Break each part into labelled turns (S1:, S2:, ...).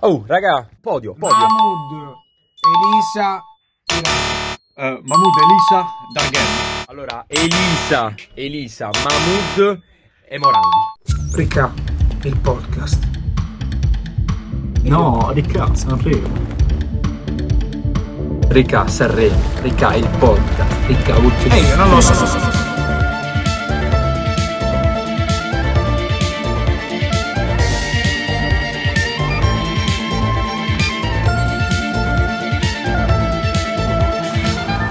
S1: Oh, raga, podio, podio.
S2: Mahmood, Elisa,
S3: Eh, Mahmood, Elisa, Dargen.
S1: Allora, Elisa, Elisa, Mahmood e Morandi.
S2: Ricca, il podcast.
S4: No, Ricca, Sanremo. Ricca, Sanremo. Ricca, il podcast. Ricca, ultimo.
S5: Eh,
S2: Ehi, io non lo so.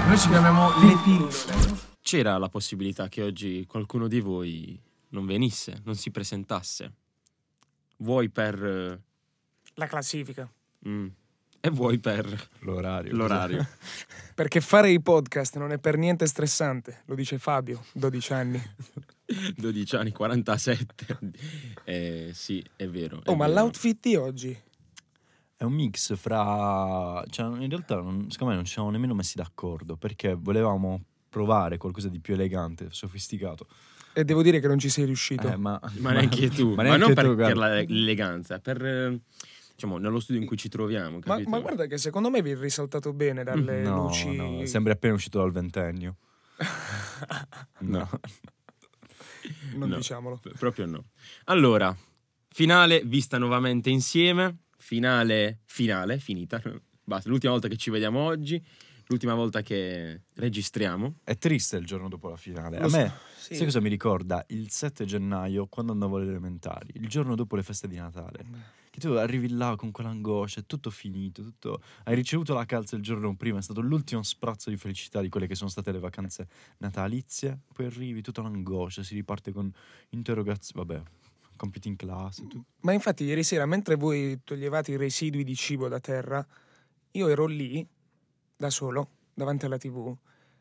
S2: Noi ci chiamiamo le pillole.
S6: c'era la possibilità che oggi qualcuno di voi non venisse, non si presentasse. Vuoi per... eh,
S5: la classifica.
S6: mm, e vuoi per
S7: L'orario.
S6: l'orario.
S5: Perché fare i podcast non è per niente stressante, lo dice Fabio, 12 anni.
S6: 12 anni, 47. Eh, sì, è vero. è
S5: Oh, ma
S6: vero.
S5: l'outfit di oggi?
S7: È un mix fra... Cioè, in realtà, non- secondo me non ci siamo nemmeno messi d'accordo perché volevamo provare qualcosa di più elegante, sofisticato.
S5: E devo dire che non ci sei riuscito.
S7: Eh, ma,
S6: Ma neanche tu. Ma,
S7: neanche
S6: non
S7: tu,
S6: per, per
S7: guarda.
S6: la- l'eleganza, per... eh, Diciamo, nello studio in cui ci troviamo,
S5: ma,
S6: capito?
S5: ma guarda che secondo me vi è risaltato bene dalle
S7: Mm, No,
S5: Eh, luci.
S7: no, sembri appena uscito dal ventennio. No.
S5: non
S6: No.
S5: diciamolo.
S6: P- proprio no. Allora, finale vista nuovamente insieme, finale, finale, finita. Basta, l'ultima volta che ci vediamo oggi, l'ultima volta che registriamo.
S7: È triste il giorno dopo la finale.
S5: Lo
S7: A
S5: so,
S7: me,
S5: sì.
S7: sai cosa mi ricorda? Il 7 gennaio, quando andavo alle elementari, il giorno dopo le feste di Natale. Che tu arrivi là con quell'angoscia, è tutto finito, tutto... hai ricevuto la calza il giorno prima, è stato l'ultimo sprazzo di felicità di quelle che sono state le vacanze natalizie. Poi arrivi, tutta l'angoscia, si riparte con interrogazioni, vabbè, compiti in classe, tutto.
S5: Ma infatti ieri sera, mentre voi toglievate i residui di cibo da terra, io ero lì, da solo, davanti alla tv,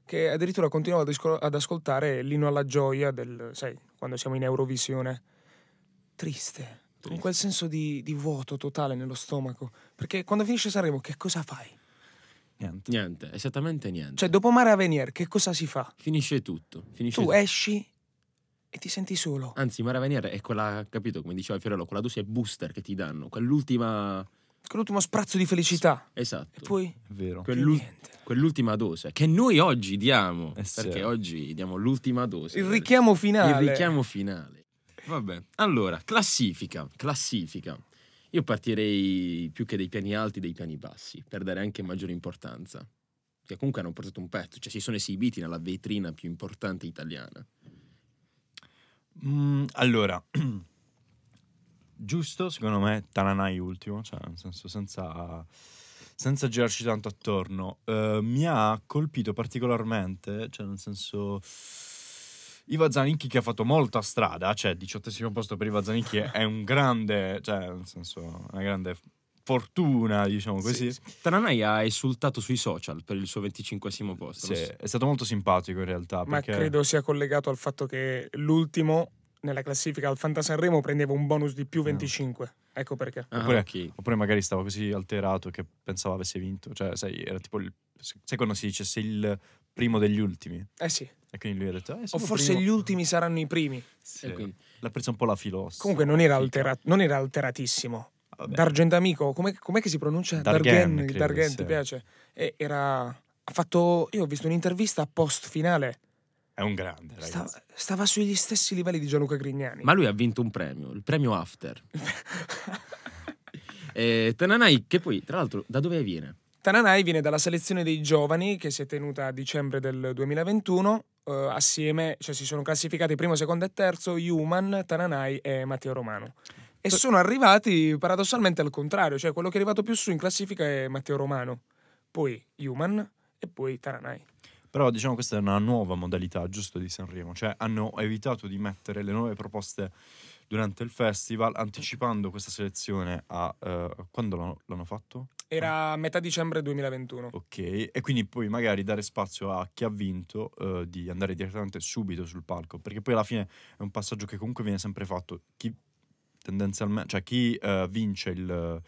S5: che addirittura continuavo ad, ascol- ad ascoltare l'ino alla gioia del, sai, quando siamo in Eurovisione. Triste, con
S6: Triste.
S5: quel senso di, di vuoto totale nello stomaco. Perché quando finisce Sanremo, che cosa fai?
S7: Niente.
S6: Niente, esattamente niente.
S5: Cioè, dopo Mara Venier, che cosa si fa?
S6: finisce tutto. Finisce
S5: Tu eh.
S6: tutto.
S5: esci e ti senti solo.
S6: Anzi, Mara Veniere è quella, capito, come diceva Fiorello, quella dose booster che ti danno, quell'ultima...
S5: Quell'ultimo sprazzo di felicità.
S6: Esatto.
S5: E poi...
S7: È vero.
S6: quell'ul-
S5: più niente.
S6: quell'ultima dose che noi oggi diamo,
S7: Eh sì.
S6: perché oggi diamo l'ultima dose.
S5: Il richiamo finale.
S6: Il richiamo finale. Vabbè, allora, classifica, classifica. Io partirei più che dei piani alti, dei piani bassi, per dare anche maggiore importanza. Che comunque hanno portato un pezzo, cioè si sono esibiti nella vetrina più importante italiana.
S7: Mm, allora, giusto secondo me Tananai ultimo, cioè nel senso senza, senza girarci tanto attorno. Eh, mi ha colpito particolarmente, cioè nel senso... Iva Zanicchi che ha fatto molta strada, cioè diciottesimo posto per Iva Zanicchi è un grande, cioè nel senso una grande fortuna, diciamo così.
S6: Tananai ha esultato sui social per il suo 25 posto.
S7: Sì,
S6: Non so-
S7: è stato molto simpatico in realtà.
S5: Ma
S7: perché...
S5: credo sia collegato al fatto che l'ultimo nella classifica al Fanta Sanremo prendeva un bonus di
S7: Ah.
S5: più 25. Ecco perché.
S6: Ah,
S7: Oppure-
S6: ok.
S7: Oppure magari stava così alterato che pensava avesse vinto. Cioè, sai, era tipo il. Sai quando si dice sei il primo degli ultimi?
S5: Eh sì.
S7: E quindi lui ha detto. Eh,
S5: O
S7: sono
S5: forse
S7: primo.
S5: gli ultimi saranno i primi.
S7: Sì.
S6: E quindi-
S7: L'ha presa un po' la filosa.
S5: Comunque non era, altera- non era alteratissimo.
S7: Vabbè.
S5: D'Argentamico, com'è, com'è che si pronuncia?
S7: Darghen, credo,
S5: Darghen,
S7: sì.
S5: ti piace? E era... Ha fatto... Io ho visto un'intervista post finale.
S7: È un grande, ragazzi.
S5: Stava, stava sugli stessi livelli di Gianluca Grignani.
S6: Ma lui ha vinto un premio, il premio After. Eh, Tananai, che poi, tra l'altro, da dove viene?
S5: Tananai viene dalla selezione dei giovani che si è tenuta a dicembre del 2021. eh, assieme, cioè si sono classificati primo, secondo e terzo Human, Tananai e Matteo Romano. E sono arrivati paradossalmente al contrario, cioè quello che è arrivato più su in classifica è Matteo Romano, poi Human e poi Tananai.
S7: Però diciamo questa è una nuova modalità, giusto, di Sanremo. Cioè hanno evitato di mettere le nuove proposte durante il festival, anticipando questa selezione a. eh, quando l'hanno- l'hanno fatto?
S5: Era metà dicembre 2021.
S7: Ok, e quindi poi magari dare spazio a chi ha vinto eh, di andare direttamente subito sul palco, perché poi alla fine è un passaggio che comunque viene sempre fatto. Chi tendenzialmente, cioè chi eh, vince il,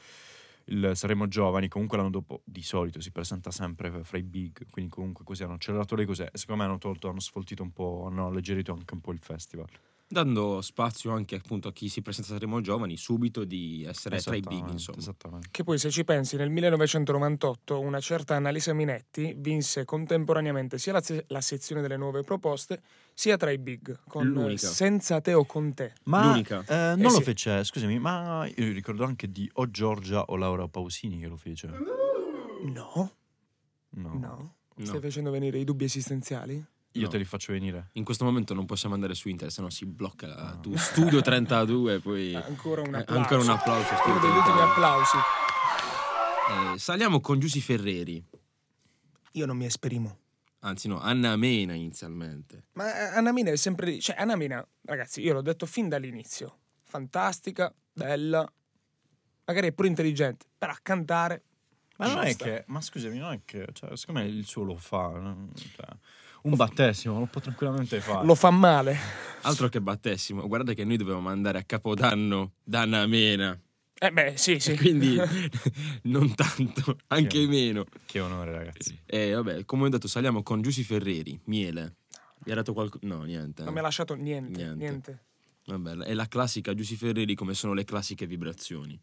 S7: il Saremo Giovani, comunque l'anno dopo di solito si presenta sempre fra i big, quindi comunque così hanno accelerato le cose e secondo me hanno tolto, hanno sfoltito un po', hanno alleggerito anche un po' il festival.
S6: dando spazio anche appunto a chi si presenta a Sanremo giovani subito di essere tra i big,
S7: Esattamente,
S6: insomma.
S7: Esattamente.
S5: Che poi, se ci pensi, nel 1998 una certa Annalisa Minetti vinse contemporaneamente sia la, se- la sezione delle nuove proposte, sia tra i big, con
S6: L'unica.
S5: eh, Senza te o con te.
S7: Ma
S6: L'unica.
S7: eh, non lo
S5: sì.
S7: fece, scusami, ma io ricordo anche di O Giorgia o Laura Pausini che lo fece.
S5: No,
S7: No.
S5: no.
S6: No.
S5: Stai facendo venire i dubbi esistenziali?
S7: Io
S6: No.
S7: te li faccio venire.
S6: In questo momento non possiamo andare su internet, sennò si blocca la- tu Studio 32, poi
S5: Ancora un
S6: Eh,
S5: applauso.
S6: ancora un applauso, Studio
S5: Uno degli ultimi
S6: 32.
S5: applausi.
S6: Eh, saliamo con Giussi Ferreri,
S5: Io non mi esprimo.
S6: anzi no, Anna Mena inizialmente.
S5: Ma eh, Annamina è sempre lì. Cioè, Annamina, ragazzi, io l'ho detto fin dall'inizio. Fantastica, bella, magari è pure intelligente, però a cantare.
S7: Ma non è
S5: basta.
S7: che, ma scusami, non è che, cioè, secondo me il suo lo fa. no? Cioè, un battesimo lo può tranquillamente fare.
S5: Lo fa male.
S6: Altro che battessimo, guarda che noi dovevamo andare a Capodanno da Anna Mena,
S5: Eh beh, sì, sì.
S6: quindi non tanto, anche
S7: Sì.
S6: meno.
S7: Che onore, ragazzi.
S6: E vabbè, come ho detto, saliamo con Giussi Ferreri, Miele. Gli ha dato qualcosa? No, niente. eh.
S5: Non mi ha lasciato niente, niente.
S6: Niente. Vabbè, è la classica Giussi Ferreri come sono le classiche vibrazioni.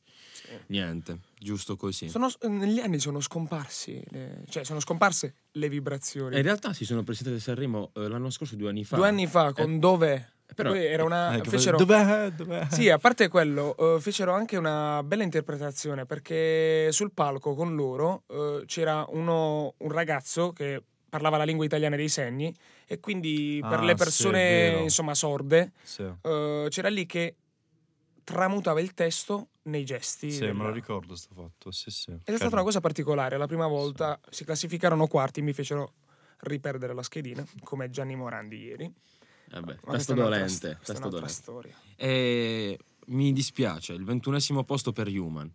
S6: Niente, giusto così.
S5: Sono- negli anni sono scomparsi, le- cioè sono scomparse le vibrazioni.
S6: Eh, In realtà si sono presentate a Sanremo eh, l'anno scorso, due anni fa.
S5: Due anni fa, con Dove?
S6: però-
S5: Poi era una...
S7: Eh, che
S5: fecero-
S7: fa- Dov'è? Dov'è?
S5: Sì, a parte quello, eh, fecero anche una bella interpretazione perché sul palco con loro eh, c'era uno, un ragazzo che parlava la lingua italiana dei segni e quindi per
S7: Ah,
S5: le
S7: sì, è
S5: persone
S7: vero.
S5: insomma sorde
S7: Sì.
S5: eh, c'era lì che tramutava il testo nei gesti.
S7: Sì,
S5: della-
S7: me lo ricordo sto fatto, sì sì.
S5: Ed è stata una cosa particolare, la prima volta si classificarono quarti, mi fecero riperdere la schedina come Gianni Morandi ieri.
S6: Vabbè,
S5: Ma questa
S6: tasto
S5: è un'altra
S6: dolente.
S5: st- questa
S6: tasto
S5: è un'altra
S6: dolente.
S5: storia.
S6: E Eh, mi dispiace, il ventunesimo posto per Human.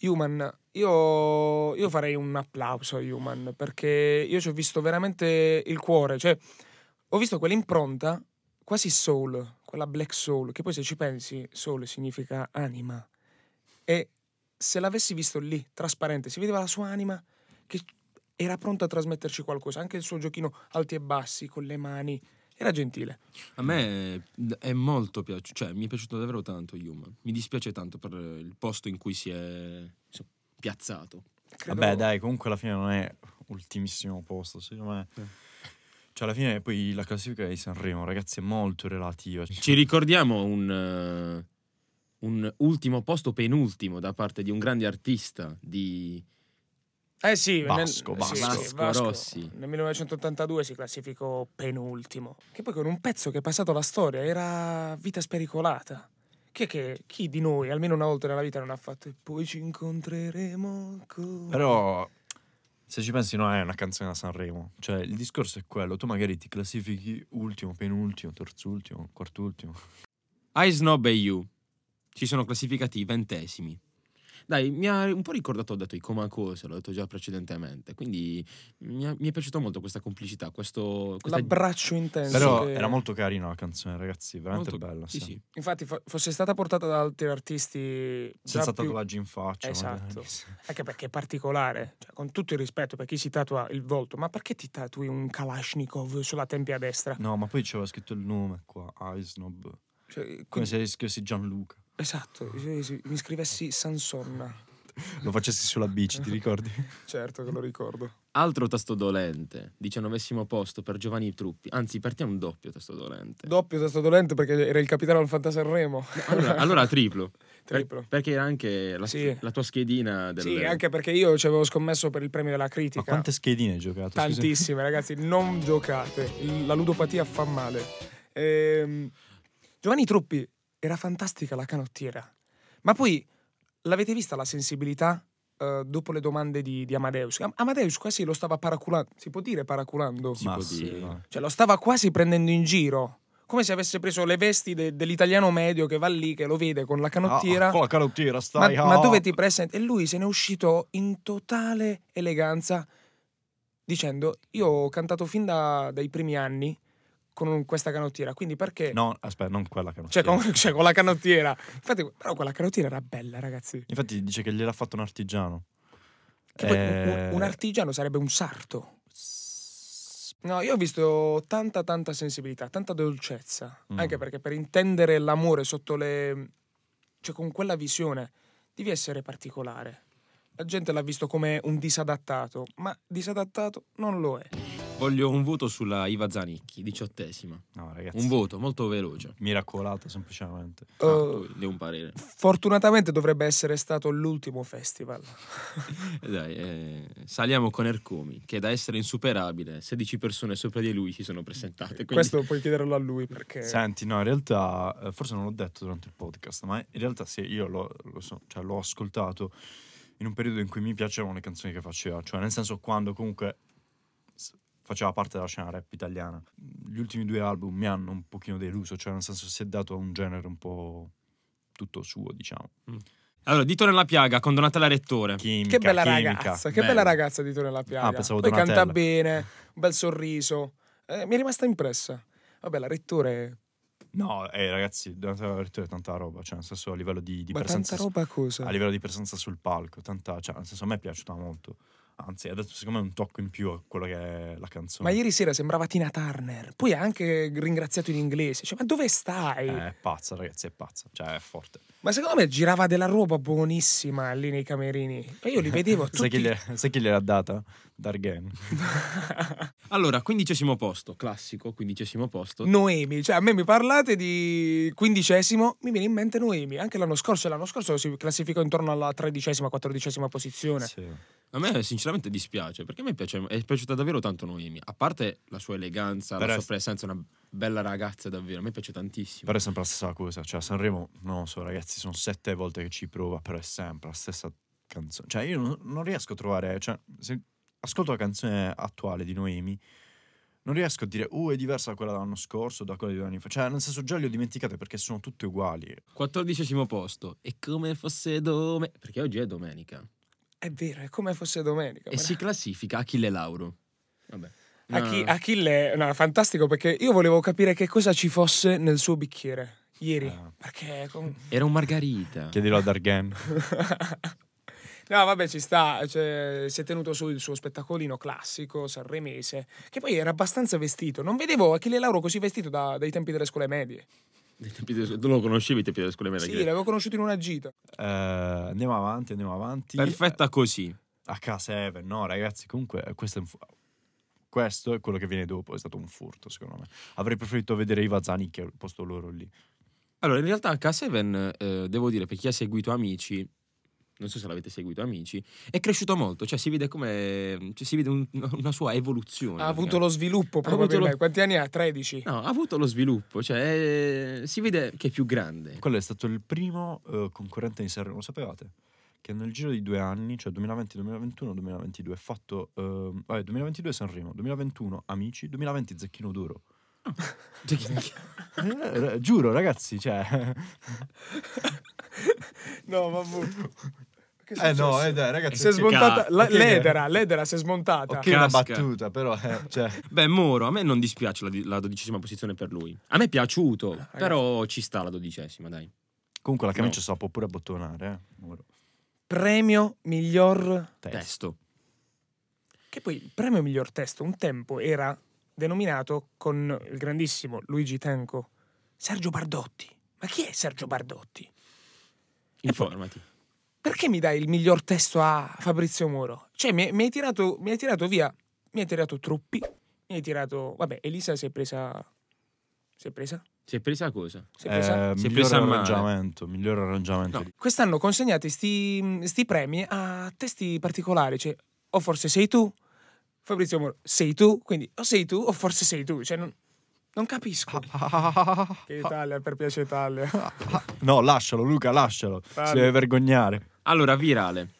S5: Human, io, io farei un applauso a Human perché io ci ho visto veramente il cuore, cioè ho visto quell'impronta quasi soul, quella black soul, che poi se ci pensi soul significa anima e se l'avessi visto lì, trasparente, si vedeva la sua anima che era pronta a trasmetterci qualcosa, anche il suo giochino alti e bassi, con le mani, era gentile.
S6: A me è- è molto piaciuto, cioè mi è piaciuto davvero tanto Human. Mi dispiace tanto per il posto in cui si è insomma, piazzato.
S5: Credo-
S7: Vabbè, dai, comunque alla fine non è ultimissimo posto, secondo me. Cioè alla fine poi la classifica di Sanremo, ragazzi, è molto relativa.
S6: Ci ricordiamo un, eh, un ultimo posto penultimo da parte di un grande artista di...
S5: Eh sì, nel-
S7: Vasco,
S5: sì,
S7: Vasco.
S5: sì,
S6: Vasco Rossi.
S5: Nel 1982 si classificò penultimo, che poi con un pezzo che è passato alla storia era Vita spericolata. Che, che chi di noi almeno una volta nella vita non ha fatto e poi ci incontreremo con...
S7: Però se ci pensi non è una canzone da Sanremo, cioè il discorso è quello, tu magari ti classifichi ultimo, penultimo, terzultimo, quartultimo.
S6: I Snob e You si sono classificati i ventesimi. Dai, mi ha un po' ricordato, ho detto, i Comacose, l'ho detto già precedentemente, quindi mi, ha- mi è piaciuta molto questa complicità, questo... Questa...
S5: L'abbraccio intenso.
S7: Però
S5: che-
S7: era molto carina la canzone, ragazzi, veramente
S6: molto-
S7: bella,
S6: Sì,
S7: sì.
S6: sì.
S5: Infatti fo- fosse stata portata da altri artisti... già
S7: Senza
S5: più-
S7: tatuaggi in faccia.
S5: Esatto.
S7: magari.
S5: Anche perché è particolare, cioè, con tutto il rispetto per chi si tatua il volto, ma perché ti tatui un Kalashnikov sulla tempia destra?
S7: No, ma poi c'era scritto il nome qua, Eisnob.
S5: Cioè,
S7: Come
S5: quindi-
S7: se scrivessi Gianluca.
S5: Esatto, sì, sì, mi scrivessi Sansonna.
S7: Lo facessi sulla bici, ti ricordi?
S5: Certo che lo ricordo.
S6: Altro tasto dolente, diciannovesimo posto per Giovanni Truppi, anzi per te è un doppio tasto dolente.
S5: Doppio tasto dolente perché era il capitano al Fantasanremo.
S6: allora, allora triplo. Per-
S5: Triplo.
S6: perché era anche la,
S5: Sì.
S6: la tua schedina del...
S5: Sì, anche perché io ci avevo scommesso per il premio della critica.
S7: Ma quante schedine hai giocato? scusa?
S5: Tantissime, ragazzi, non giocate. Il- La ludopatia fa male. Ehm, Giovanni Truppi era fantastica la canottiera. Ma poi l'avete vista la sensibilità eh, dopo le domande di, di Amadeus? Am- Amadeus quasi lo stava paraculando. Si può dire paraculando?
S7: Ma
S6: Si può
S7: sì,
S6: dire.
S7: dai.
S5: Cioè, lo stava quasi prendendo in giro. Come se avesse preso le vesti de- dell'italiano medio che va lì, che lo vede con la canottiera.
S7: Ah, con la canottiera,
S5: ma,
S7: stai.
S5: ma
S7: ah.
S5: dove ti presenti? E lui se ne è uscito in totale eleganza dicendo: Io ho cantato fin da- dai primi anni con un- questa canottiera, quindi perché.
S7: No, aspetta, non quella canottiera.
S5: Cioè, con, cioè, con la canottiera. Infatti, però quella canottiera era bella, ragazzi.
S7: Infatti dice che gliel'ha fatto un artigiano.
S5: Che poi un-
S7: Eh,
S5: un, un artigiano sarebbe un sarto.
S7: s-
S5: No, io ho visto tanta, tanta sensibilità, tanta dolcezza.
S7: Mm.
S5: Anche perché per intendere l'amore sotto le. cioè con quella visione devi essere particolare. La gente l'ha visto come un disadattato, ma disadattato non lo è.
S6: Voglio un voto sulla Iva Zanicchi, diciottesima.
S7: No, ragazzi.
S6: Un voto molto veloce.
S7: Miracolato, semplicemente.
S6: Ah,
S5: Uh,
S6: tu, devo un parere.
S5: fortunatamente dovrebbe essere stato l'ultimo festival.
S6: Eh, Dai, eh, saliamo con Ercomi, che da essere insuperabile, 16 persone sopra di lui si sono presentate. quindi-
S5: Questo puoi chiederlo a lui perché.
S7: Senti, no, in realtà, eh, forse non l'ho detto durante il podcast, ma in realtà sì, io l'ho, lo so- cioè, l'ho ascoltato in un periodo in cui mi piacevano le canzoni che faceva, cioè nel senso quando comunque s- faceva parte della scena rap italiana. Gli ultimi due album mi hanno un pochino deluso, cioè nel senso si è dato a un genere un po' tutto suo, diciamo.
S6: Allora, dito nella piaga con Donatella Rettore.
S5: Che
S7: Chimica,
S5: bella
S7: chimica.
S5: ragazza, che
S6: Bella.
S5: bella ragazza di Tone la Piaga.
S7: Ah, pensavo
S5: Poi
S7: Donatella.
S5: canta bene, un bel sorriso. Eh, mi è rimasta impressa. Vabbè, la rettore.
S7: No, eh, ragazzi, Donatella Rettore è tanta roba, cioè nel senso a livello di, di
S5: ma
S7: presenza Ah,
S5: tanta roba cosa.
S7: a livello di presenza sul palco, tanta, cioè, nel senso a me è piaciuta molto. Anzi, ha dato secondo me un tocco in più a quella che è la canzone.
S5: Ma ieri sera sembrava Tina Turner. Poi ha anche ringraziato in inglese. Cioè, ma dove stai?
S7: Eh, È pazza, ragazzi, è pazza, cioè è forte.
S5: Ma secondo me girava della roba buonissima lì nei camerini. E io li vedevo tutti.
S7: Sai chi, gliel- sai chi gliel'ha data? Dargen.
S6: Allora, quindicesimo posto, classico, quindicesimo posto.
S5: Noemi, cioè a me mi parlate di quindicesimo, mi viene in mente Noemi. Anche l'anno scorso, e l'anno scorso si classificò intorno alla tredicesima, quattordicesima posizione.
S7: Sì.
S6: A me sinceramente dispiace, perché a me piace, è piaciuta davvero tanto Noemi. A parte la sua eleganza,
S7: Però
S6: la
S7: è-
S6: sua presenza, una bella ragazza davvero, a me piace tantissimo.
S7: Però è sempre la stessa cosa, cioè Sanremo, non lo so ragazzi, sono sette volte che ci prova, però è sempre la stessa canzone. Cioè io non, non riesco a trovare, cioè se ascolto la canzone attuale di Noemi, non riesco a dire, uh è diversa da quella dell'anno scorso, da quella di due anni fa. Cioè nel senso già le ho dimenticate perché sono tutte uguali.
S6: Quattordicesimo posto, e come fosse domenica, perché oggi è domenica,
S5: È vero, è come fosse domenica.
S6: e
S5: ma-
S6: si classifica Achille Lauro. Ah, Vabbè.
S5: Achi-
S6: No.
S5: Achille, no, è fantastico perché io volevo capire che cosa ci fosse nel suo bicchiere ieri.
S7: Ah.
S5: Perché. com-
S6: Era un margarita.
S7: Chiedilo a Dargen.
S5: no, vabbè, ci sta. cioè, si è tenuto su il suo spettacolino classico, sanremese, che poi era abbastanza vestito. Non vedevo Achille Lauro così vestito da- dai tempi delle scuole medie.
S6: Dei tempi delle- Tu lo conoscevi i tempi delle scuole medie?
S5: sì, l'avevo conosciuto in una gita.
S7: Eh, andiamo avanti, andiamo avanti.
S6: Perfetta così.
S7: H7, no ragazzi, comunque eh, questo è un fu- questo è quello che viene dopo, è stato un furto secondo me. Avrei preferito vedere Iva Zanicchi al posto loro lì.
S6: Allora, in realtà K7, eh, devo dire, per chi ha seguito Amici, non so se l'avete seguito Amici, è cresciuto molto, cioè si vede come... cioè, si vede un- una sua evoluzione.
S5: Ha avuto
S6: ragazzi.
S5: lo sviluppo
S6: avuto lo-
S5: probabilmente. Quanti anni ha? 13.
S6: No, ha avuto lo sviluppo, cioè eh, si vede che è più grande.
S7: Quello è stato il primo eh, concorrente di Sanremo, lo sapevate? Che nel giro di due anni, cioè 2020, 2021, 2022, ha fatto... ehm, vabbè, 2022 Sanremo, 2021 Amici, 2020 Zecchino d'Oro.
S6: Cioè, chi-
S7: Eh, ra- giuro ragazzi, cioè...
S5: No, vabbè. Che
S7: eh no,
S5: successo?
S7: eh dai ragazzi...
S5: Si è smontata.
S6: ca-
S5: la-
S7: ok.
S5: l'edera, l'edera si è smontata.
S7: Ok, una
S6: Casca.
S7: battuta, però... eh, cioè,
S6: Beh, Moro, a me non dispiace la, di- la dodicesima posizione per lui. A me è piaciuto, però ci sta la dodicesima, dai.
S7: comunque la
S6: No.
S7: camicia si può pure abbottonare, eh. ora.
S5: Premio miglior
S6: Testo.
S5: Che poi il premio miglior testo un tempo era denominato con il grandissimo Luigi Tenco Sergio Bardotti. Ma chi è Sergio Bardotti?
S6: Informati.
S5: Perché mi dai il miglior testo a Fabrizio Moro? Cioè, mi, mi hai tirato, mi hai tirato via, mi hai tirato Truppi, mi hai tirato... Vabbè, Elisa si è presa... Si è presa?
S6: Si è presa cosa?
S5: Si è presa?
S7: Eh,
S6: Si è
S7: miglior
S6: presa male.
S7: arrangiamento, miglior arrangiamento.
S6: No.
S5: Quest'anno consegnate sti, sti premi a testi particolari, cioè o forse sei tu, Fabrizio Moro, sei tu, quindi o sei tu o forse sei tu, cioè non, non capisco.
S6: Ah.
S5: Che Italia, per piacere Italia.
S7: No, lascialo Luca, lascialo. Si
S5: Fallo.
S7: deve vergognare.
S6: Allora, virale.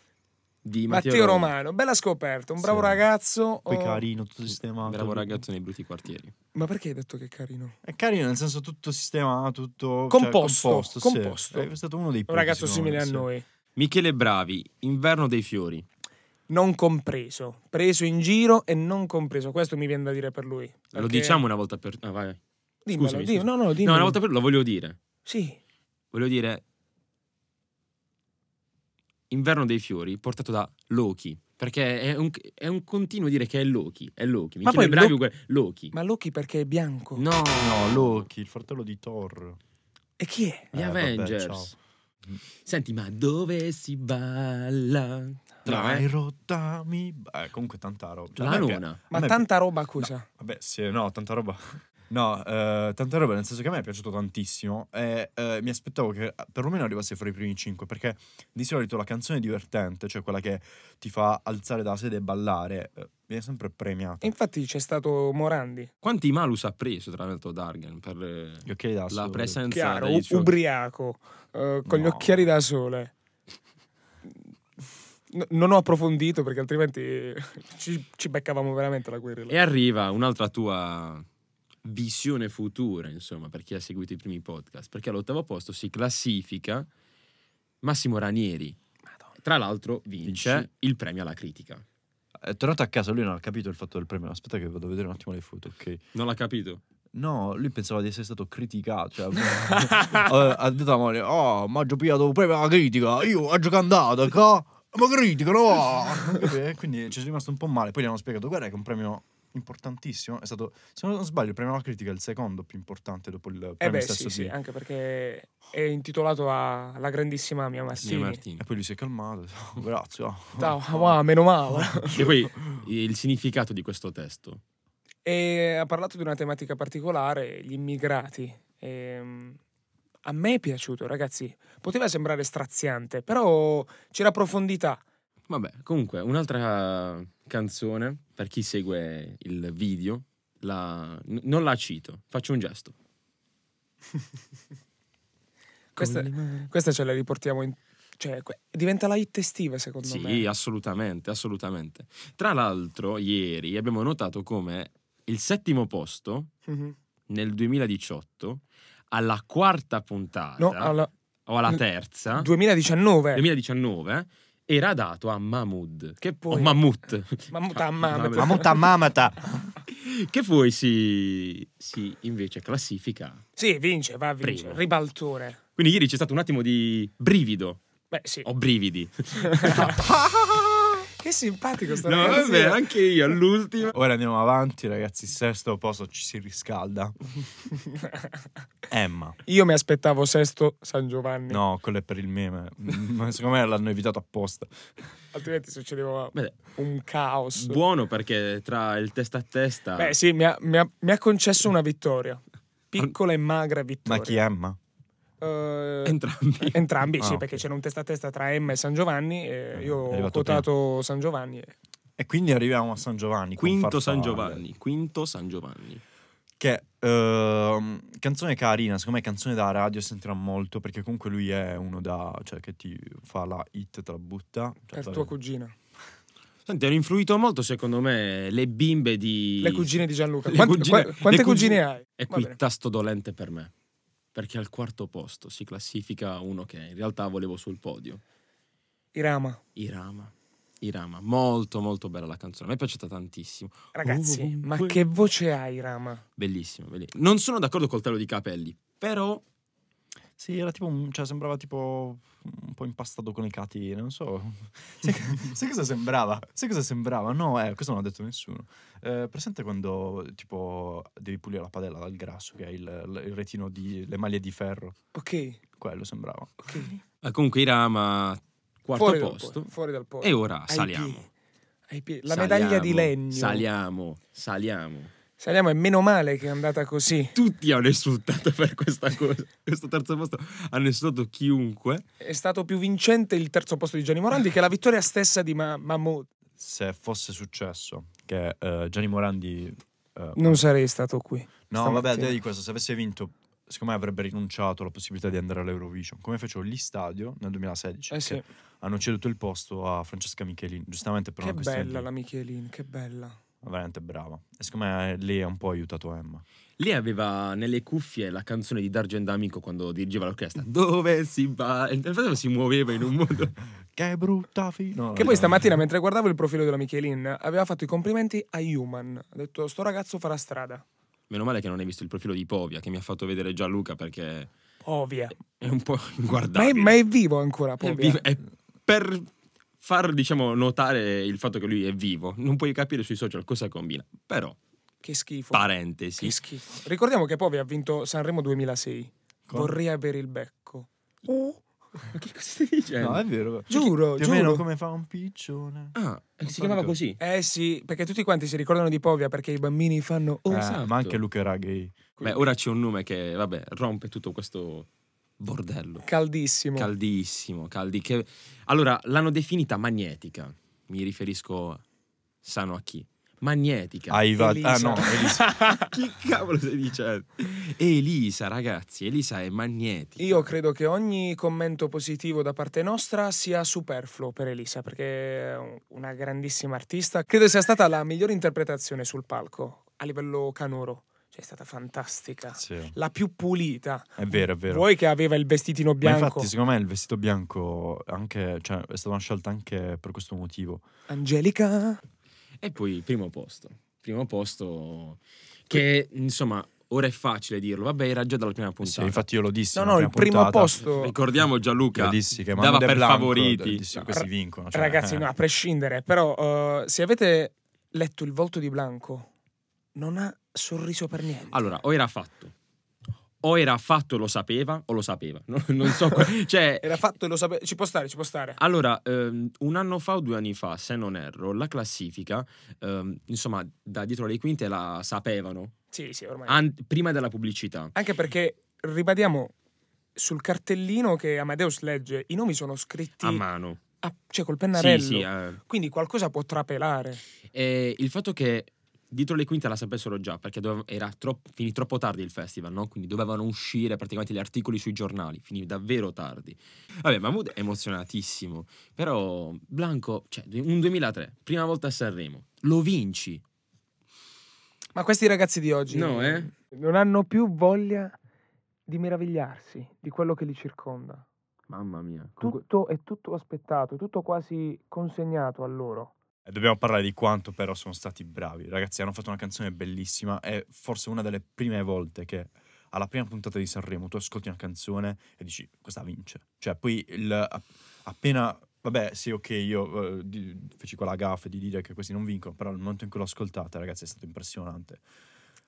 S6: Di Matteo,
S5: Matteo
S6: Roma.
S5: Romano, bella scoperta, un bravo
S7: Sì.
S5: ragazzo.
S7: Poi
S5: oh,
S7: carino, tutto sistemato.
S6: Bravo ragazzo nei brutti quartieri.
S5: Ma perché hai detto che è carino?
S7: È carino nel senso tutto sistemato, tutto cioè,
S5: Composto,
S7: composto, sì.
S5: composto.
S7: È stato uno dei
S5: Un
S7: pochi,
S5: ragazzo
S7: secondo me,
S5: simile a
S7: sì.
S5: noi,
S6: Michele Bravi, Inverno dei fiori.
S5: non compreso, preso in giro e non compreso, questo mi viene da dire per lui.
S6: Lo
S5: perché-
S6: diciamo una volta per... Ah, vai, vai.
S5: Dimmelo,
S6: scusami,
S5: dimmelo,
S6: scusami.
S5: No, no,
S6: No,
S5: dimmelo.
S6: una volta per... Lo voglio dire.
S5: Sì.
S6: Voglio dire... Inverno dei fiori portato da Loki. Perché è un, è un continuo dire che è Loki. È Loki.
S5: Ma
S6: Ma poi
S5: poi
S6: bravi
S5: Lo-
S6: uguali- Loki.
S5: Ma Loki perché è bianco?
S6: No,
S7: No, Loki, il fratello di Thor.
S5: E chi è?
S6: Gli
S7: Eh, vabbè,
S6: Avengers.
S7: ciao.
S6: Senti, ma dove si balla? Tra
S5: eh.
S7: Dai, rottami. Eh, comunque tanta roba. Cioè, a
S6: la
S7: me piace-
S6: luna.
S5: Ma
S7: a me
S5: tanta roba accusa.
S7: Vabbè, sì, no, tanta roba. No, eh, tanta roba, nel senso che a me è piaciuto tantissimo e eh, mi aspettavo che eh, perlomeno arrivasse fra i primi cinque, perché di solito la canzone divertente, cioè quella che ti fa alzare dalla sedia e ballare, eh, viene sempre premiata.
S5: E Infatti c'è stato Morandi,
S6: Quanti malus ha preso, tra l'altro, Dargan per eh,
S7: Gli occhiali da
S6: la
S7: sole.
S6: presenza
S5: chiaro,
S6: dei suoi-
S5: ubriaco, eh, con gli
S7: No.
S5: occhiali da sole. N- non ho approfondito perché altrimenti ci, ci beccavamo veramente la guerrilla.
S6: E arriva un'altra tua visione futura, insomma, per chi ha seguito i primi podcast, perché all'ottavo posto si classifica Massimo Ranieri. Tra l'altro vince
S7: Vinci.
S6: il premio alla critica.
S7: È Eh, tornato a casa, lui non ha capito il fatto del premio. Aspetta che vado a vedere un attimo le foto, ok?
S6: Non l'ha capito?
S7: No, lui pensava di essere stato criticato. Cioè, eh, ha detto a moglie: Oh, ma ho pigliato un premio alla critica. Io ho giocandato, ca. Ma criticano! ah!" Non capì, eh, Quindi ci sono rimasto un po' male. Poi gli hanno spiegato: Guarda, che è un premio importantissimo. È stato, se non sbaglio, il premio alla critica è il secondo più importante dopo il premio
S5: Eh beh,
S7: stesso.
S5: sì, sì,
S7: di-
S5: anche perché è intitolato a- alla grandissima Mia Mastini.
S6: Sì, Martini.
S7: E poi lui si è calmato. "Oh, Grazie. oh."
S5: Ciao, wow, meno male.
S6: E poi il significato di questo testo.
S5: E ha parlato di una tematica particolare, gli immigrati. Ehm, a me è piaciuto, ragazzi. Poteva sembrare straziante, però c'era profondità.
S6: Vabbè, comunque, un'altra canzone per chi segue il video. la- n- non la cito, faccio un gesto.
S5: Questa, questa ce la riportiamo in... Cioè, que- diventa la hit estiva, secondo
S6: Sì,
S5: me.
S6: assolutamente, assolutamente. Tra l'altro, ieri abbiamo notato come il settimo posto
S5: Mhm.
S6: nel 2018 alla quarta puntata
S5: No, alla-
S6: o alla
S7: Ah?
S6: terza
S5: 2019.
S6: 2019 era dato a Mahmood, che poi
S5: Poi-
S6: Mammut.
S5: Mammut a Mammut.
S7: Mamma mamata.
S6: che poi si, si invece classifica.
S5: Sì, vince, va a vincere.
S6: Primo.
S5: Ribaltore.
S6: Quindi ieri c'è stato un attimo di brivido,
S5: Beh, sì.
S7: Oh.
S6: o brividi.
S5: Che simpatico sto
S6: No,
S5: ragazzino.
S6: vabbè, anche io all'ultimo.
S7: Ora andiamo avanti, ragazzi. Sesto posto ci si riscalda. Emma.
S5: Io mi aspettavo sesto San Giovanni.
S7: No, quello è per il meme. Mm, Ma secondo me l'hanno evitato apposta.
S5: Altrimenti succedeva
S6: Beh,
S5: un caos.
S6: buono perché tra il testa a testa...
S5: Beh, sì, mi ha, mi ha- mi ha concesso una vittoria. Piccola e magra vittoria.
S7: Ma chi è Emma?
S5: Eh,
S6: Entrambi.
S5: entrambi, sì,
S7: Ah,
S5: perché c'era un testa a testa tra Emma e San Giovanni. e io
S7: è
S5: ho
S7: arrivato
S5: votato San Giovanni. e-
S7: E quindi arriviamo a San Giovanni. con
S6: Quinto San
S7: Farfalle,
S6: Giovanni. Quinto San Giovanni.
S7: Che ehm, canzone carina, secondo me canzone da radio sentirà molto perché comunque lui è uno da... cioè che ti fa la hit, te la butta. Cioè,
S5: per
S7: fa-
S5: tua cugina.
S6: Senti, hanno influito molto, secondo me, le bimbe di...
S5: Le cugine di Gianluca.
S6: Le
S5: Quante,
S6: cugine-
S5: qua- quante
S6: le
S5: cugine,
S6: cugine-
S5: hai?
S6: E
S5: Va
S6: qui il
S5: bene.
S6: tasto dolente per me. Perché al quarto posto si classifica uno che in realtà volevo sul podio.
S5: Irama.
S6: Irama. Irama. Molto, molto bella la canzone. A me è piaciuta tantissimo.
S5: Ragazzi,
S6: Oh,
S5: ma
S6: que-
S5: che voce ha Irama?
S6: Bellissima, bellissima. Non sono d'accordo col taglio di capelli, però...
S7: Sì, era tipo... un- cioè sembrava tipo un po' impastato con le catene, non so. sai, sai cosa sembrava? Sai cosa sembrava? No, eh, questo non l'ha detto nessuno. Eh, presente quando tipo devi pulire la padella dal grasso che hai il, il retino di... le maglie di ferro?
S5: Ok,
S7: Quello sembrava.
S5: ok.
S6: Eh, Comunque Irama, quarto
S5: Fuori dal
S6: posto.
S5: po- fuori dal podio.
S6: E ora
S5: Ai
S6: saliamo.
S5: piedi. Ai piedi. La
S6: Saliamo,
S5: medaglia di legno.
S6: Saliamo, saliamo.
S5: Saliamo e meno male che è andata così.
S6: Tutti hanno insultato per questa cosa. Questo terzo posto hanno insultato chiunque.
S5: È stato più vincente il terzo posto di Gianni Morandi che la vittoria stessa di Ma- Mahmood.
S7: se fosse successo che eh, Gianni Morandi eh,
S5: Non sarei stato qui. Eh
S7: no vabbè al di là
S5: stamattina.
S7: di questo se avesse vinto secondo me avrebbe rinunciato alla possibilità di andare all'Eurovision come fecero gli stadio nel 2016
S6: Cioè,
S5: Eh sì,
S7: che hanno ceduto il posto a Francesca Michelin giustamente per
S5: che
S7: una questione
S5: bella
S7: di-
S5: la Michelin, che
S6: Oh,
S5: bella.
S7: veramente brava e secondo me lei ha un po' aiutato Emma
S6: Lei aveva nelle cuffie la canzone di Dargen D'Amico quando dirigeva l'orchestra. Dove si va? E Nel frattempo si muoveva in un modo.
S7: che brutta fine
S5: Che poi stamattina mentre guardavo il profilo della Michelin aveva fatto i complimenti a Human. Ha detto sto ragazzo farà strada.
S6: Meno male che non hai visto il profilo di Povia che mi ha fatto vedere Gianluca perché
S5: Ovvia.
S7: Eh,
S6: è un po'
S5: Ma è,
S6: inguardabile.
S5: ma è vivo ancora,
S6: È
S5: Povia.
S6: vivo- è per far, diciamo, notare il fatto che lui è vivo. Non puoi capire sui social cosa combina. Però,
S5: Che schifo.
S6: parentesi,
S5: Che schifo. Ricordiamo che Povi ha vinto Sanremo 2006.
S7: Con-
S5: Vorrei avere il becco. Uh,
S6: che cosa stai dicendo?
S7: No, è vero.
S5: Eh. giuro,
S7: Più o meno
S5: giuro.
S7: come fa un piccione.
S6: Ah,
S7: Non
S6: si
S7: so
S6: chiamava
S7: ricordo.
S6: così.
S5: Eh sì, perché tutti quanti si ricordano di Povia perché i bambini fanno... Oh,
S7: Eh,
S6: esatto.
S7: Ma anche Luca era gay.
S6: Beh, ora c'è un nome che, vabbè, rompe tutto questo bordello.
S5: Caldissimo.
S6: Caldissimo, caldi. Che... Allora, l'hanno definita magnetica. Mi riferisco, sano a chi? Magnetica.
S7: Aiva- Ah,
S5: Elisa.
S7: no, Elisa.
S6: chi cavolo stai dicendo? Elisa, ragazzi, Elisa è magnetica.
S5: Io credo che ogni commento positivo da parte nostra sia superfluo per Elisa, perché è un- una grandissima artista. Credo sia stata la migliore interpretazione sul palco a livello canoro. Cioè, è stata fantastica.
S7: Sì.
S5: La più pulita.
S7: È vero, è vero.
S5: Vuoi che aveva il vestitino bianco?
S7: Ma infatti, secondo me il vestito bianco anche, cioè, è stata una scelta anche per questo motivo.
S5: Angelica.
S6: E poi primo posto. Primo posto che, insomma, ora è facile dirlo. Vabbè, era già dalla prima
S7: Sì,
S6: puntata.
S7: infatti, io lo dissi.
S5: No,
S7: nella
S5: no, il
S7: prima
S5: primo
S7: puntata.
S5: posto.
S6: Ricordiamo Gianluca
S7: Io dissi che
S6: dava
S7: Manuel
S6: per
S7: Blanco,
S6: favoriti.
S7: dissi,
S5: No,
S7: questi
S5: ra-
S7: vincono. cioè,
S5: Ragazzi,
S7: eh.
S5: no, a prescindere, però eh, se avete letto il volto di Blanco, non ha sorriso per niente.
S6: Allora, o era fatto. O era fatto e lo sapeva, o lo sapeva. Non, non so. que- cioè,
S7: eh,
S5: Era fatto e lo sapeva. Ci può stare, ci può stare.
S7: Ah.
S6: Allora, ehm, un anno fa o due anni fa, se non erro, la classifica, ehm, insomma, da dietro le quinte la sapevano,
S5: Sì, sì, ormai.
S7: Ah.
S6: an- prima della pubblicità.
S5: Anche perché ribadiamo sul cartellino che Amadeus legge, i nomi sono scritti
S7: Ah,
S6: A mano.
S5: a- cioè col
S6: Sì,
S5: pennarello.
S6: sì. eh.
S5: Quindi qualcosa può trapelare.
S6: E il fatto che dietro le quinte la sapessero già, perché dovev- era tro- finì troppo tardi il festival, no? Quindi dovevano uscire praticamente gli articoli sui giornali, finì davvero tardi. Vabbè, Mahmood è emozionatissimo, però Blanco, cioè, un 2003, prima volta a Sanremo, lo vinci.
S5: Ma questi ragazzi di oggi
S6: No, eh?
S5: non hanno più voglia di meravigliarsi di quello che li circonda.
S6: Mamma mia.
S5: Tutto è tutto aspettato, è tutto quasi consegnato a loro.
S7: E Eh, Dobbiamo parlare di quanto però sono stati bravi. Ragazzi, hanno fatto una canzone bellissima. È forse una delle prime volte che alla prima puntata di Sanremo tu ascolti una canzone e dici questa vince. Cioè, poi il, app- appena. Vabbè, sì, ok, io eh, di- feci quella gaffa di dire che questi non vincono, però il momento in cui l'ho ascoltata, ragazzi, è stato impressionante.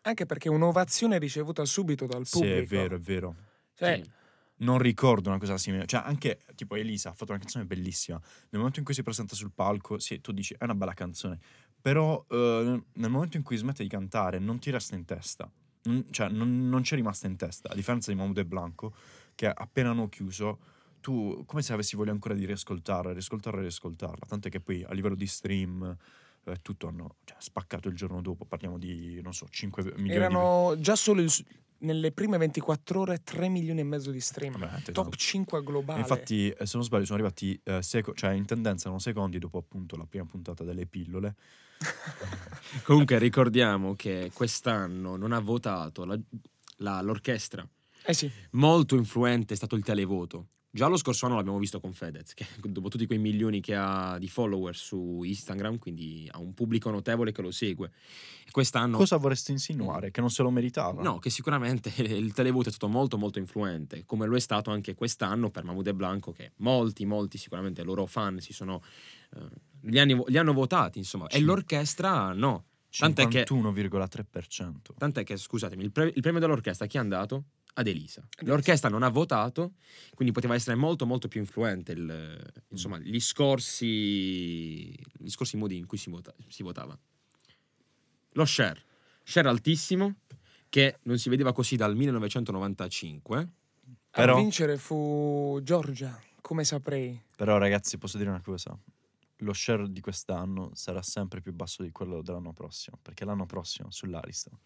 S5: Anche perché è un'ovazione ricevuta subito dal
S7: Sì,
S5: pubblico.
S7: è vero, è vero.
S5: Cioè,
S7: non ricordo una cosa simile. Cioè, anche tipo Elisa ha fatto una canzone bellissima. Nel momento in cui si presenta sul palco, sì, tu dici è una bella canzone. Però eh, nel momento in cui smette di cantare, non ti resta in testa. Non- cioè, non, non c'è rimasta in testa. A differenza di Mahmoud e Blanco, che appena hanno chiuso, tu come se avessi voglia ancora di riascoltarla, riascoltarla, riascoltarla. Tant'è che poi a livello di stream. eh, Tutto hanno cioè, spaccato il giorno dopo, parliamo di, non so, 5 milioni
S5: erano già solo il- nelle prime 24 ore 3 milioni e mezzo di
S7: di...
S5: stream.
S7: Vabbè, te-
S5: Top 5 globale.
S7: Infatti, eh, se non sbaglio, sono arrivati eh, seco- cioè in tendenza erano secondi dopo appunto la prima puntata delle pillole.
S6: Comunque ricordiamo che quest'anno non ha votato la- la- l'orchestra.
S5: Eh sì,
S6: Molto influente è stato il televoto. Già lo scorso anno l'abbiamo visto con Fedez, che dopo tutti quei milioni che ha di follower su Instagram, quindi ha un pubblico notevole che lo segue. E quest'anno...
S7: Cosa vorresti insinuare? Che non se lo meritava?
S6: Mm. No, che sicuramente il televoto è stato molto molto influente, come lo è stato anche quest'anno per Mahmoud e Blanco, che molti, molti sicuramente loro fan si sono... eh, li, hanno, li hanno votati, insomma. E
S7: Sì.
S6: l'orchestra no. Tant'è che-
S7: 51,3%.
S6: Tant'è che, scusatemi, il, pre- il premio dell'orchestra chi è andato? Ad Elisa. L'orchestra non ha votato, quindi poteva essere molto molto più influente il- insomma, gli scorsi gli scorsi modi in cui si, vota- si votava. Lo share, share altissimo che non si vedeva così dal 1995.
S5: a
S7: Però-
S5: vincere fu Giorgia, come saprei.
S7: Però ragazzi, posso dire una cosa? Lo share di quest'anno sarà sempre più basso di quello dell'anno prossimo, perché l'anno prossimo sull'Ariston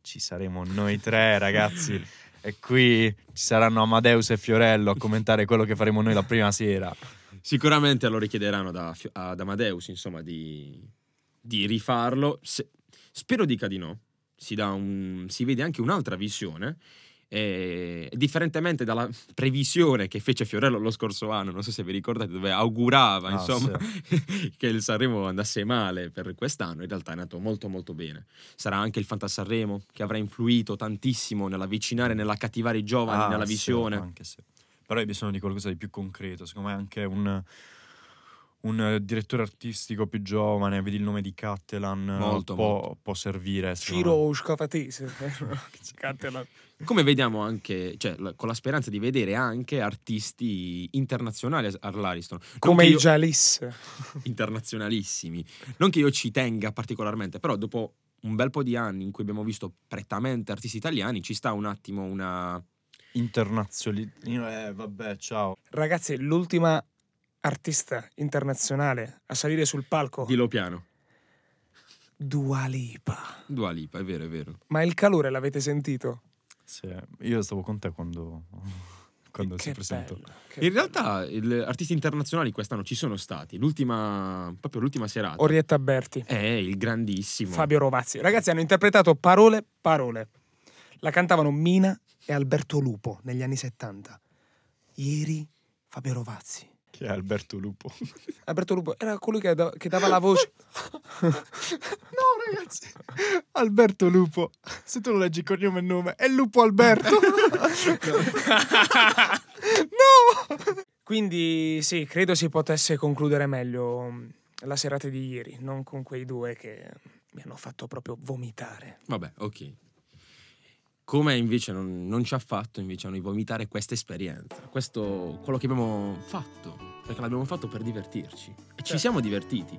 S7: ci saremo noi tre ragazzi e qui ci saranno Amadeus e Fiorello a commentare quello che faremo noi la prima sera.
S6: Sicuramente lo richiederanno da Fio- ad Amadeus, insomma, di, di rifarlo. Se- spero dica di no. Si, dà un- si vede anche un'altra visione. E, differentemente dalla previsione che fece Fiorello lo scorso anno, non so se vi ricordate, dove augurava
S7: Ah,
S6: insomma, che il Sanremo andasse male per quest'anno, in realtà è andato molto molto bene. Sarà anche il Fanta Sanremo che avrà influito tantissimo nell'avvicinare, nell'accattivare i giovani,
S7: Ah,
S6: nella
S7: sì,
S6: visione.
S7: anche sì. Però hai bisogno di qualcosa di più concreto, secondo me anche un, un eh, direttore artistico più giovane, vedi il nome di Cattelan, eh,
S6: Molto,
S7: può,
S6: molto.
S7: può servire. secondo
S5: Ciro Uscafatese. Cattelan.
S6: Come vediamo anche, cioè, la- con la speranza di vedere anche artisti internazionali as- all'Ariston. Non
S5: Come
S6: che
S5: i
S6: io-
S5: Jalis.
S6: Internazionalissimi. Non che io ci tenga particolarmente, però dopo un bel po' di anni in cui abbiamo visto prettamente artisti italiani, ci sta un attimo una...
S7: me. Internazionali... Eh, vabbè, ciao.
S5: Ragazzi, l'ultima artista internazionale a salire sul palco.
S6: Dillo piano.
S5: Dua Lipa.
S6: Dua Lipa, è vero, è vero.
S5: Ma il calore l'avete sentito?
S7: Sì, io stavo con te quando, quando si
S5: Che
S7: presentò.
S5: bello, che
S6: In
S5: bello.
S6: realtà il- artisti internazionali quest'anno ci sono stati. L'ultima, proprio l'ultima serata.
S5: Orietta Berti.
S6: è il grandissimo.
S5: Fabio Rovazzi. Ragazzi hanno interpretato parole parole. La cantavano Mina e Alberto Lupo negli anni 70. Ieri Fabio Rovazzi.
S7: Che è Alberto Lupo.
S5: Alberto Lupo era colui che, da- che dava la voce.
S7: No, ragazzi. Alberto Lupo. Se tu lo leggi il cognome e il nome, è Lupo Alberto.
S5: Quindi sì, credo si potesse concludere meglio mm, la serata di ieri, non con quei due che mi hanno fatto proprio vomitare.
S6: Vabbè, ok. Come invece non, non ci ha fatto invece a noi vomitare questa esperienza, questo quello che abbiamo fatto, perché l'abbiamo fatto per divertirci. E
S7: Certo.
S6: ci siamo divertiti.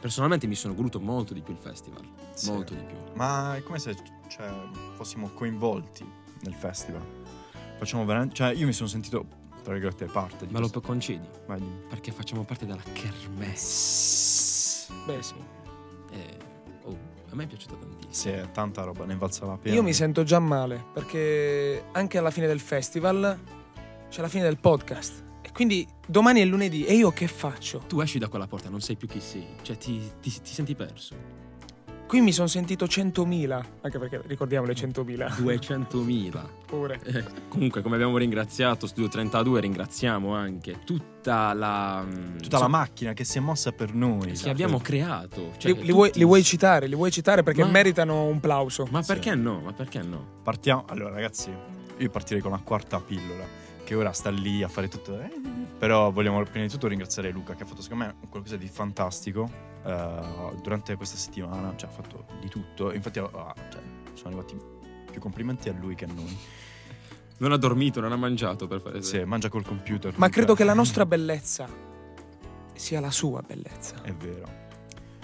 S6: Personalmente mi sono goduto molto di più il festival,
S7: Sì.
S6: molto di più.
S7: Ma è come se cioè, fossimo coinvolti nel festival. Facciamo veramente. Cioè, io mi sono sentito, tra virgolette, parte di
S6: Me lo Eh,
S7: questo.
S6: concedi?
S7: Vai, dimmi.
S6: Perché facciamo parte della kermesse.
S5: Beh sì.
S6: Eh, oh, a me è piaciuta tantissimo.
S7: Sì, è tanta roba, ne valsa la pena.
S5: Io mi sento già male perché anche alla fine del festival c'è la fine del podcast. E quindi domani è lunedì e io che faccio?
S6: Tu esci da quella porta, non sai più chi sei, cioè ti, ti- ti senti perso.
S5: Qui mi sono sentito 100.000, anche perché ricordiamo le 100.000
S6: 200.000.
S5: pure.
S6: Eh, Comunque, come abbiamo ringraziato Studio 32, ringraziamo anche tutta la. mm,
S7: Tutta la macchina che si è mossa per noi.
S6: che abbiamo creato. Cioè,
S5: Esatto. li, li vuoi,
S6: tutti-
S5: li vuoi citare, li vuoi citare perché
S6: Ma-
S5: meritano un plauso.
S6: Ma perché no? Ma perché no?
S7: Partiamo. Allora, ragazzi, io partirei con la quarta pillola, che ora sta lì a fare tutto. eh. Però vogliamo prima di tutto ringraziare Luca, che ha fatto secondo me qualcosa di fantastico eh, durante questa settimana. Cioè, ha fatto di tutto. Infatti, ah, cioè, sono arrivati più complimenti a lui che a noi.
S6: Non ha dormito, non ha mangiato per fare.
S7: Sì, mangia col computer.
S5: Ma
S7: Luca.
S5: credo che la nostra bellezza sia la sua bellezza.
S7: È vero.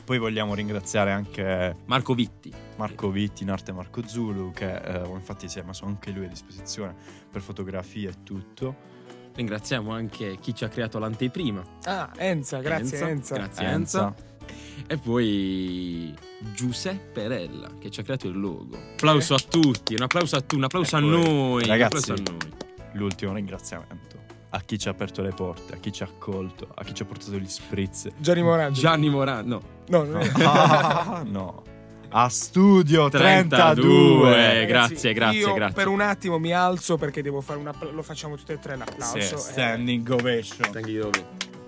S7: Poi vogliamo ringraziare anche
S6: Marco Vitti.
S7: Marco Vitti in arte Marco Zulu, che eh, infatti si è messo anche lui a disposizione per fotografie e tutto.
S6: Ringraziamo anche chi ci ha creato l'anteprima.
S5: Ah, Enza, grazie Enza.
S6: Grazie Enza. E poi Giuseppe Perella che ci ha creato il logo. Applauso a tutti, un applauso a tutti, un applauso a
S7: Ecco,
S6: noi.
S7: ragazzi.
S6: Un applauso a noi.
S7: L'ultimo ringraziamento a chi ci ha aperto le porte, a chi ci ha accolto, a chi ci ha portato gli spritz.
S5: Gianni Morandi.
S6: Gianni Morano. No.
S5: No, non è-
S7: Ah, no. A studio
S6: 32. Eh,
S7: 32.
S5: Ragazzi,
S6: grazie, grazie,
S5: io
S6: grazie.
S5: Per un attimo mi alzo perché devo fare un applauso. Lo facciamo tutti e tre l'applauso.
S7: Sì,
S5: eh.
S7: standing ovation.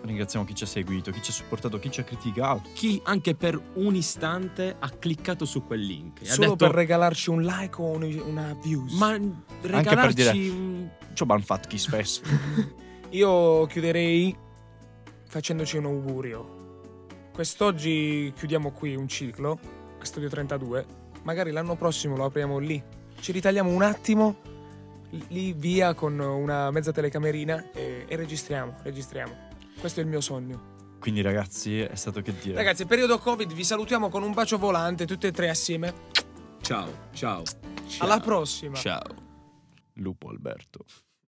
S7: Ringraziamo chi ci ha seguito, chi ci ha supportato, chi ci ha criticato.
S6: Chi anche per un istante ha cliccato su quel link. e ha
S5: Solo
S6: detto,
S5: per regalarci un like o un- una views.
S6: Ma regalarci
S7: dire-
S6: un-
S7: Ci ho ban fatto chi spesso.
S5: Io chiuderei facendoci un augurio. Quest'oggi chiudiamo qui un ciclo a Studio 32. Magari l'anno prossimo lo apriamo lì. Ci ritagliamo un attimo l- lì via con una mezza telecamerina e, e registriamo, registriamo. Questo è il mio sogno.
S7: Quindi ragazzi, è stato che dire.
S5: Ragazzi, periodo Covid, vi salutiamo con un bacio volante, tutti e tre assieme.
S6: Ciao, ciao.
S5: Alla prossima.
S6: Ciao.
S7: Lupo Alberto.